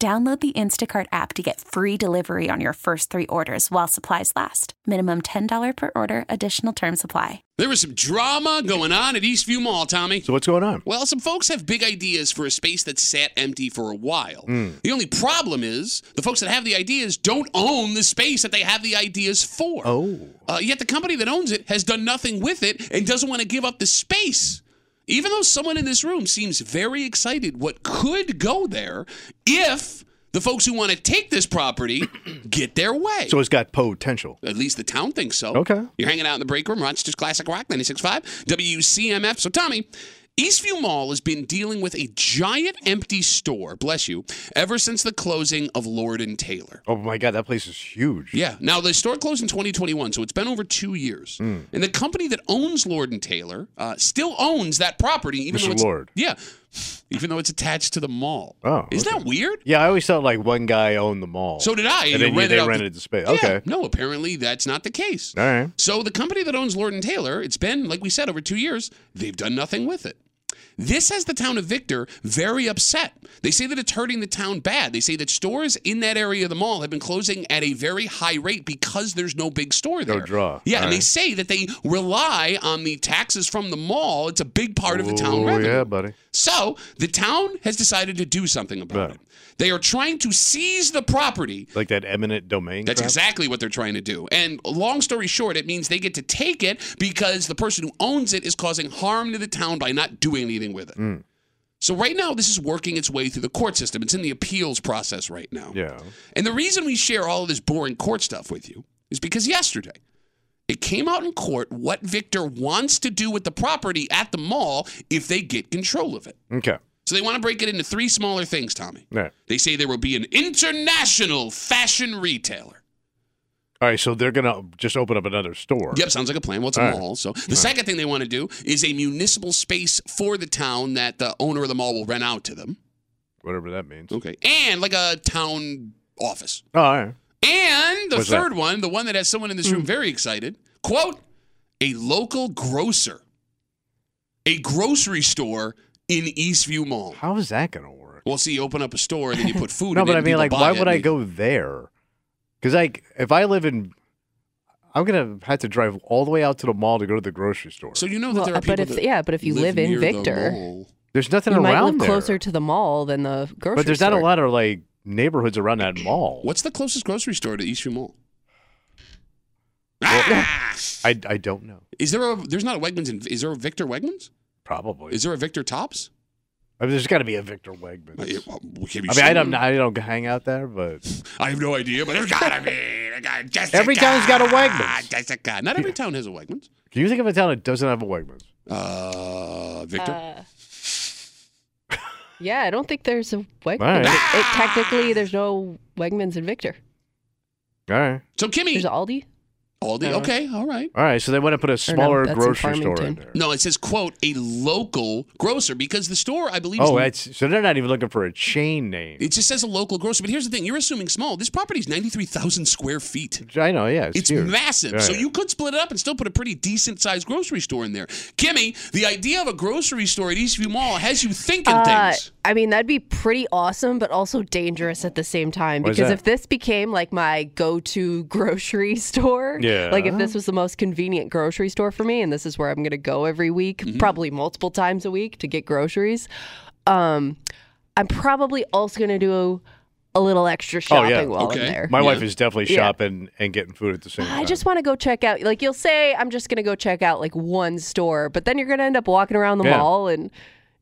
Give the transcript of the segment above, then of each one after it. Download the Instacart app to get free delivery on your first three orders while supplies last. Minimum $10 per order, additional term supply. There was some drama going on at Eastview Mall, Tommy. So what's going on? Well, some folks have big ideas for a space that sat empty for a while. Hmm. The only problem is the folks that have the ideas don't own the space that they have the ideas for. Oh. Uh, yet the company that owns it has done nothing with it and doesn't want to give up the space. Even though someone in this room seems very excited what could go there if the folks who want to take this property get their way. So it's got potential. At least the town thinks so. Okay. You're hanging out in the break room, Rochester's Classic Rock 96.5, WCMF. So, Tommy, Eastview Mall has been dealing with a giant empty store, bless you, ever since the closing of Lord and Taylor. Oh my God, that place is huge. Yeah. Now, the store closed in 2021, so it's been over two years. Hmm. And the company that owns Lord and Taylor uh, still owns that property, even Mr. though it's, Lord. Yeah. Even though it's attached to the mall. Oh, Isn't that weird? Yeah, I always thought like one guy owned the mall. So did I. And, You then rented they out the- rented the, space. Yeah, Okay. No, apparently that's not the case. All right. So the company that owns Lord and Taylor, it's been, like we said, over two years, they've done nothing with it. This has the town of Victor very upset. They say that it's hurting the town bad. They say that stores in that area of the mall have been closing at a very high rate because there's no big store there. draw. Yeah, All and they right. say that they rely on the taxes from the mall. It's a big part of the town oh, revenue. yeah, buddy. So the town has decided to do something about Right. it. They are trying to seize the property Like that eminent domain. that's crap? exactly what they're trying to do. And long story short, it means they get to take it because the person who owns it is causing harm to the town by not doing anything with it. So right now, this is working its way through the court system. It's in the appeals process right now. Yeah. And the reason we share all of this boring court stuff with you is because yesterday it came out in court what Victor wants to do with the property at the mall if they get control of it. Okay. So they want to break it into three smaller things, Tommy. All right. They say there will be an international fashion retailer. All right. So they're gonna just open up another store. Yep, sounds like a plan. Well, it's a All right. mall. So the second thing they want to do is a municipal space for the town that the owner of the mall will rent out to them. Whatever that means. Okay. And like a town office. Oh, all right. And the What's that? Hmm. third one, the one that has someone in this room very excited, quote, a local grocer, a grocery store in Eastview Mall. How is that gonna work? Well, see, you open up a store and then you put food. no, in but it I and mean, people like, buy why it would and I they- go there? Because like, if I live in, I'm gonna have to drive all the way out to the mall to go to the grocery store. So you know that Well, there uh, are people but if that yeah, but if you live, in near the Victor, mall. there's nothing you around might live there. closer to the mall than the grocery. but there's not a lot of like neighborhoods around that mall. What's the closest grocery store to Eastview Mall? Well- Ah! I, I don't know. Is there a? There's not a Wegmans. In, is there a Victor Wegmans? Probably. Is there a Victor Tops? I mean, there's got to be a Victor Wegman. Uh, yeah, well, we can't be I mean, sure. I don't, I don't hang out there, but I have no idea, but there's gotta be. I got Jessica, Every town's got a Wegmans. Jessica. Not every town has a Wegmans. can you think of a town that doesn't have a Wegmans? Uh, Victor. Uh, yeah, I don't think there's a Wegmans. right. It- it- technically, there's no Wegmans in Victor. All right, so Kimmy, There's Aldi. Uh-huh. Aldi. Okay, all right. all right. So they want to put a smaller that's in grocery store in Farmington. there. No, it says quote a local grocer because the store I believe. is- Oh, that's so they're not even looking for a chain name. It just says a local grocer, but here's the thing: you're assuming small. This property's ninety-three thousand square feet. I know, yeah, it's, It's huge. massive. Yeah, so yeah. you could split it up and still put a pretty decent sized grocery store in there. Kimmy, the idea of a grocery store at Eastview Mall has you thinking Uh, things. I mean, that'd be pretty awesome, but also dangerous at the same time Why is because that? if this became like my go-to grocery store, Yeah. like if this was the most convenient grocery Mm-hmm. store for me, and this is where I'm going to go every week, probably multiple times a week to get groceries. Um, I'm probably also going to do a little extra Oh, yeah. shopping while Okay. I'm there. My Yeah. wife is definitely Yeah. shopping and getting food at the same time. I just want to go check out. Like you'll say, I'm just going to go check out like one store, but then you're going to end up walking around the Yeah. mall and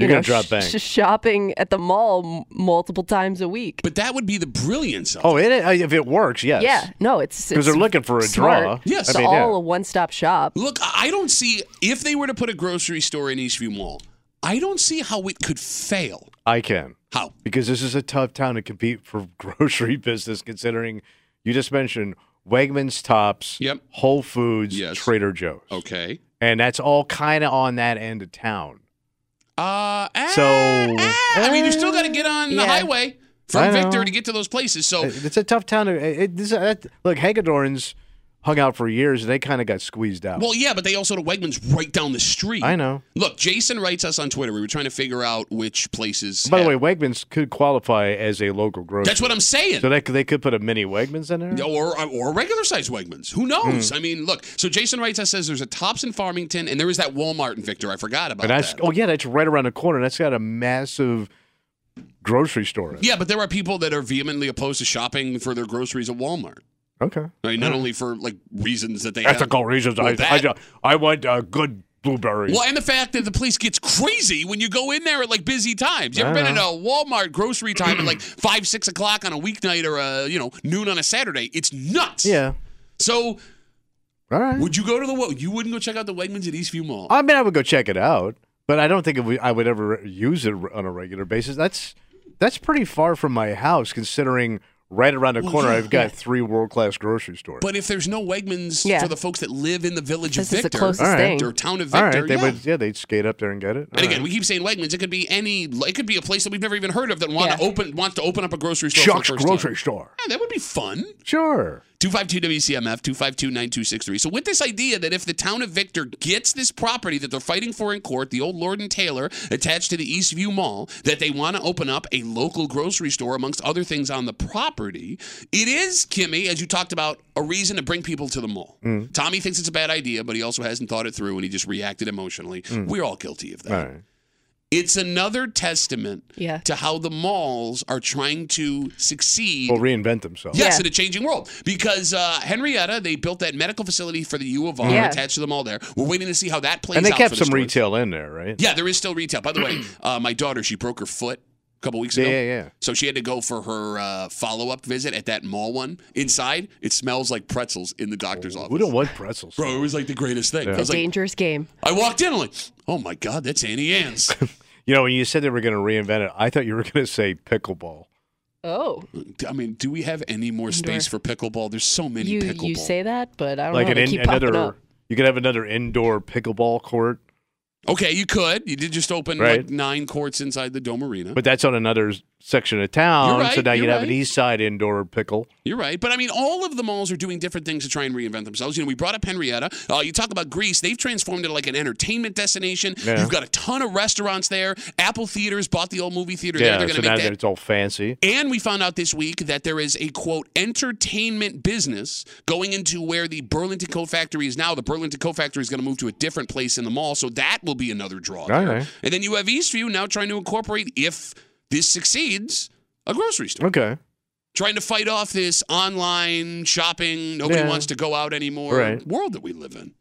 you You're gonna know, drop sh- bank. sh- shopping at the mall m- multiple times a week. But that would be the brilliance of it. Oh, it, if it works, yes. Yeah, no, it's Because they're it's looking for a smart. draw. Yes. It's I mean, all a one-stop shop. Look, I I don't see if they were to put a grocery store in Eastview Mall, I don't see how it could fail. I can. How? Because this is a tough town to compete for grocery business, considering you just mentioned Wegmans, Tops, Yep. Whole Foods, Yes. Oh. Trader Joe's. Okay. And that's all kind of on that end of town. Uh, ah, So- eh, ah. I mean, you still got to get on the Yeah. highway from I know. Victor to get to those places. So It- It's a tough town. To, it, it- this, that, look, Hagedorn's hung out for years, and they kind of got squeezed out. Well, yeah, but they also had a Wegmans right down the street. I know. Look, Jason writes us on Twitter. We were trying to figure out which places. By the had- way, Wegmans could qualify as a local grocery. that's what I'm saying. So they could, they could put a mini Wegmans in there. or or regular size Wegmans. Who Hmm. knows? I mean, look. So Jason writes us says there's a Tops in Farmington, and there is that Walmart in Victor. I forgot about and that's that. oh yeah, that's right around the corner. That's got a massive grocery store. In it. Yeah, but there are people that are vehemently opposed to shopping for their groceries at Walmart. Okay. I mean, not only for like reasons that they have. Ethical reasons. Well, I, that- I, ju- I want uh, good blueberries. Well, and the fact that the police gets crazy when you go in there at like busy times. You ever been at a Walmart grocery time at like five, six o'clock on a weeknight or a you know noon on a Saturday? It's nuts. Yeah. So All right. would you go to the Wa- you wouldn't go check out the Wegmans at Eastview Mall? I mean, I would go check it out, but I don't think it would- I would ever use it on a regular basis. That's that's pretty far from my house, considering right around the Well, corner yeah. I've got three world class grocery stores. but if there's no Wegmans Yeah. for the folks that live in the village This of is the Victor, closest All right. thing. or town of All Victor, right, they yeah. would. Yeah, they'd skate up there and get it. and All again, right. we keep saying Wegmans. It could be any. It could be a place that we've never even heard of that want to Yeah. open wants to open up a grocery store. Chuck's for the first time. grocery store. Yeah, that would be fun. Sure. 252 WCMF 252 9263. So, with this idea that if the town of Victor gets this property that they're fighting for in court, the old Lord and Taylor attached to the Eastview Mall, that they want to open up a local grocery store amongst other things on the property, it is, Kimmy, as you talked about, a reason to bring people to the mall. Mm. Tommy thinks it's a bad idea, but he also hasn't thought it through and he just reacted emotionally. We're all guilty of that. Mm. All right. It's another testament Yeah. to how the malls are trying to succeed Will reinvent themselves. Yes, Yeah. in a changing world. Because uh, Henrietta, they built that medical facility for the U of R Yeah. attached to the mall there. We're waiting to see how that plays and they out kept for the some stores. retail in there, right? Yeah, there is still retail. By the way, uh, my daughter, she broke her foot a couple weeks Yeah, ago. yeah, yeah. So she had to go for her uh, follow up visit at that mall one. Inside, it smells like pretzels in the doctor's office. Oh, We don't want pretzels. Bro, it was like the greatest thing. I a was like, dangerous game. I walked in, I'm like, oh my God, that's Annie Ann's. You know, when you said they were going to reinvent it, I thought you were going to say pickleball. Oh, I mean, do we have any more space for pickleball? There's so many you pickleball. you say that, but I don't Like know. an they in, keep popping up. another, you could have another indoor pickleball court, okay, you could. You did just open like Right. nine courts inside the Dome Arena. but that's on another s- section of town. You're right, so now you're you'd have an right. east side indoor pickle. You're right. But I mean, all of the malls are doing different things to try and reinvent themselves. You know, we brought up Henrietta. Uh, you talk about Greece, they've transformed it like an entertainment destination. Yeah. You've got a ton of restaurants there. Apple Theaters bought the old movie theater Yeah, there. They're so going to now make that that. it's all fancy. And we found out this week that there is a quote entertainment business going into where the Burlington Coat Factory is now. The Burlington Coat Factory is going to move to a different place in the mall, so that will be another draw. there. Okay. And then you have Eastview now trying to incorporate, if this succeeds, a grocery store Okay. trying to fight off this online shopping, nobody Yeah. wants to go out anymore Right. world that we live in.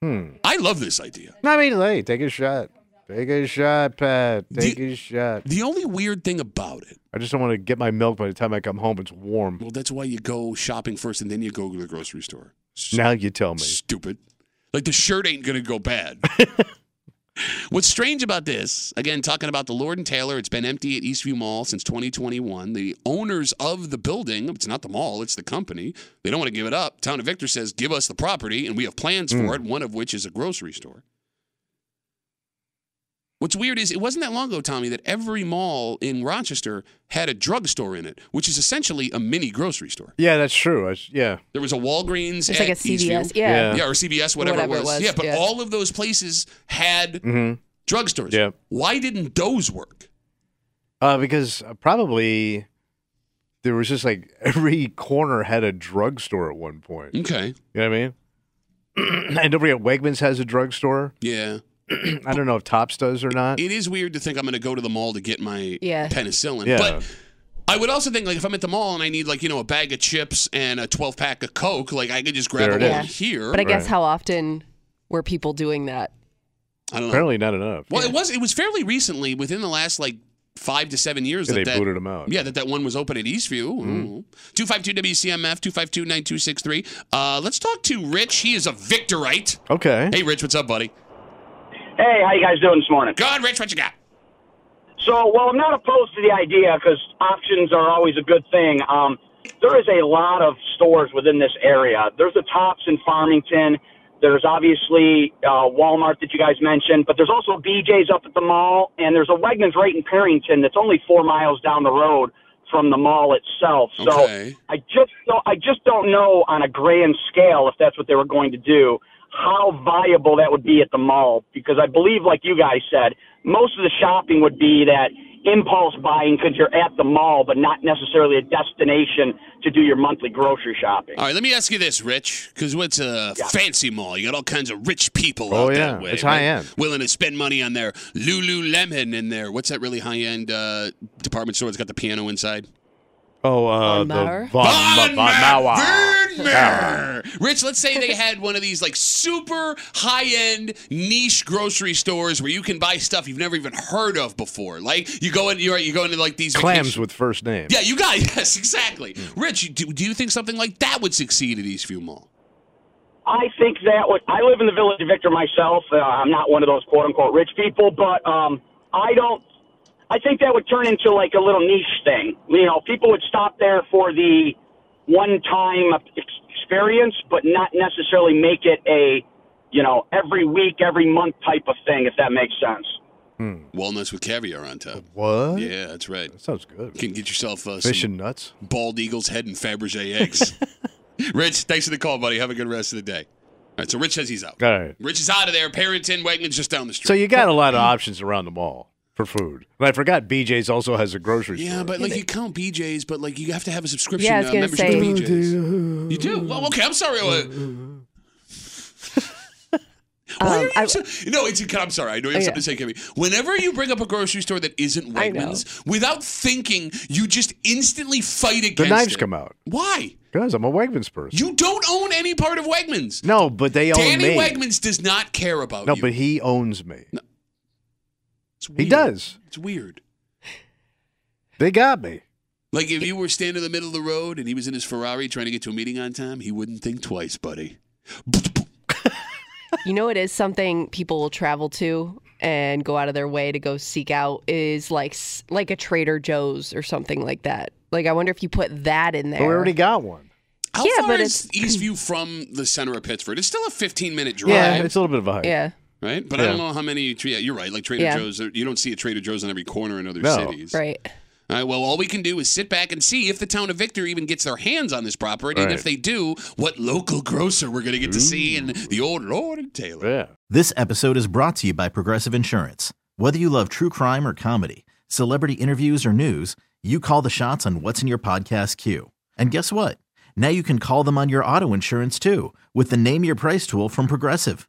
Hmm. I love this idea. I mean, hey, take a shot. Take a shot, Pat. Do- Take a shot. The only weird thing about it, I just don't want to get my milk by the time I come home. It's warm. well, that's why you go shopping first and then you go to the grocery store. S- Now you tell me. Stupid. Like the shirt ain't going to go bad. What's strange about this, again, talking about the Lord and Taylor, it's been empty at Eastview Mall since 2021. The owners of the building, it's not the mall, it's the company, they don't want to give it up. Town of Victor says, give us the property, and we have plans for it, one of which is a grocery store. What's weird is it wasn't that long ago, Tommy, that every mall in Rochester had a drugstore in it, which is essentially a mini grocery store. Yeah, that's true. I s- yeah. There was a Walgreens It's at like a Eastview. CVS. Yeah. Yeah. Yeah, or CBS, whatever, Whatever it, it was. was, Yeah, but yeah. all of those places had hmm drugstores. Yeah. Why didn't those work? Uh, because uh, probably there was just like every corner had a drugstore at one point. Okay. You know what I mean? and don't forget, Wegmans has a drugstore. Yeah. I don't know if Tops does or not. It is weird to think I'm going to go to the mall to get my Yeah. penicillin. Yeah. But I would also think like if I'm at the mall and I need like you know a bag of chips and a 12 pack of Coke, like I could just grab There it it along is. here. But I guess Right. how often were people doing that? I don't know. Apparently not enough. Well, it was it was fairly recently, within the last like five to seven years Yeah, that they that, booted Mm-hmm. him out. Yeah, that that one was open at Eastview. Two five two WCMF two five two nine two six three. Uh, let's talk to Rich. He is a Victorite. Okay. Hey, Rich, what's up, buddy? Hey, how you guys doing this morning? Go on, Rich. What you got? So, well, I'm not opposed to the idea because options are always a good thing. Um, there is a lot of stores within this area. There's the Tops in Farmington. There's obviously uh, Walmart that you guys mentioned, but there's also BJ's up at the mall, and there's a Wegmans right in Perrington that's only four miles down the road from the mall itself. So Okay. I just don't, I just don't know on a grand scale if that's what they were going to do how viable that would be at the mall because I believe like you guys said most of the shopping would be that impulse buying because you're at the mall but not necessarily a destination to do your monthly grocery shopping. All right, let me ask you this, Rich, because what's a fancy mall? You got all kinds of rich people Oh, out yeah. that way. It's right? high-end. Willing to spend money on their Lululemon and their, what's that really high-end uh, department store that's got the piano inside? Oh, uh, Von the Maur? Von, Von, Von Mauer. Von Maur. Rich, let's say they had one of these like super high-end niche grocery stores where you can buy stuff you've never even heard of before. Like you go in, you're, you go into like these Clams vacation- with first name. Yeah, you got it. yes, exactly. Rich, do, do you think something like that would succeed at Eastview Mall? I think that would. I live in the village of Victor myself. Uh, I'm not one of those quote unquote rich people, but um, I don't. I think that would turn into like a little niche thing. You know, people would stop there for the one time experience, but not necessarily make it a, you know, every week, every month type of thing, if that makes sense. Walnuts with caviar on top. What? Yeah, that's right. That sounds good. can get yourself uh, Fish some and nuts. bald eagle's head and Fabergé eggs. Rich, thanks for the call, buddy. Have a good rest of the day. All right, so Rich says he's out. All right. Rich is out of there. Parrington, Wegmans just down the street. So you got a lot of options around the mall for food. And I forgot BJ's also has a grocery yeah, store. but like you count BJ's, but like you have to have a subscription. Yeah, I was uh, gonna membership say. to BJ's. You do? Well, okay. I'm sorry. Uh, Why are Um, you I- Oh, so, no, it's. I'm sorry. I know you have Yeah. something to say, Kevin. Whenever you bring up a grocery store that isn't I know. Wegmans, without thinking, you just instantly fight against the knives it. come out. Why? Guys, I'm a Wegmans person. You don't own any part of Wegmans. no, but they own Danny me. Wegmans does not care about no, you. but he owns me. It's he weird. does. It's weird. They got me. Like if you were standing in the middle of the road and he was in his Ferrari trying to get to a meeting on time, he wouldn't think twice, buddy. You know, it is something people will travel to and go out of their way to go seek out is like s- like a Trader Joe's or something like that. Like, I wonder if you put that in But there. we already got one. How Yeah, far but is Eastview from the center of Pittsford? It's still a 15 minute drive, Yeah, it's a little bit of a hike. yeah. right? But I don't know how many. Yeah, you're right. Like Trader Yeah. Joe's, you don't see a Trader Joe's in every corner in other No. cities. Right. All right. Well, all we can do is sit back and see if the town of Victor even gets their hands on this property, and Right. if they do, what local grocer we're going to get to see in the old Lord and Taylor. Yeah. This episode is brought to you by Progressive Insurance. Whether you love true crime or comedy, celebrity interviews or news, you call the shots on what's in your podcast queue. And guess what? Now you can call them on your auto insurance too with the Name Your Price tool from Progressive.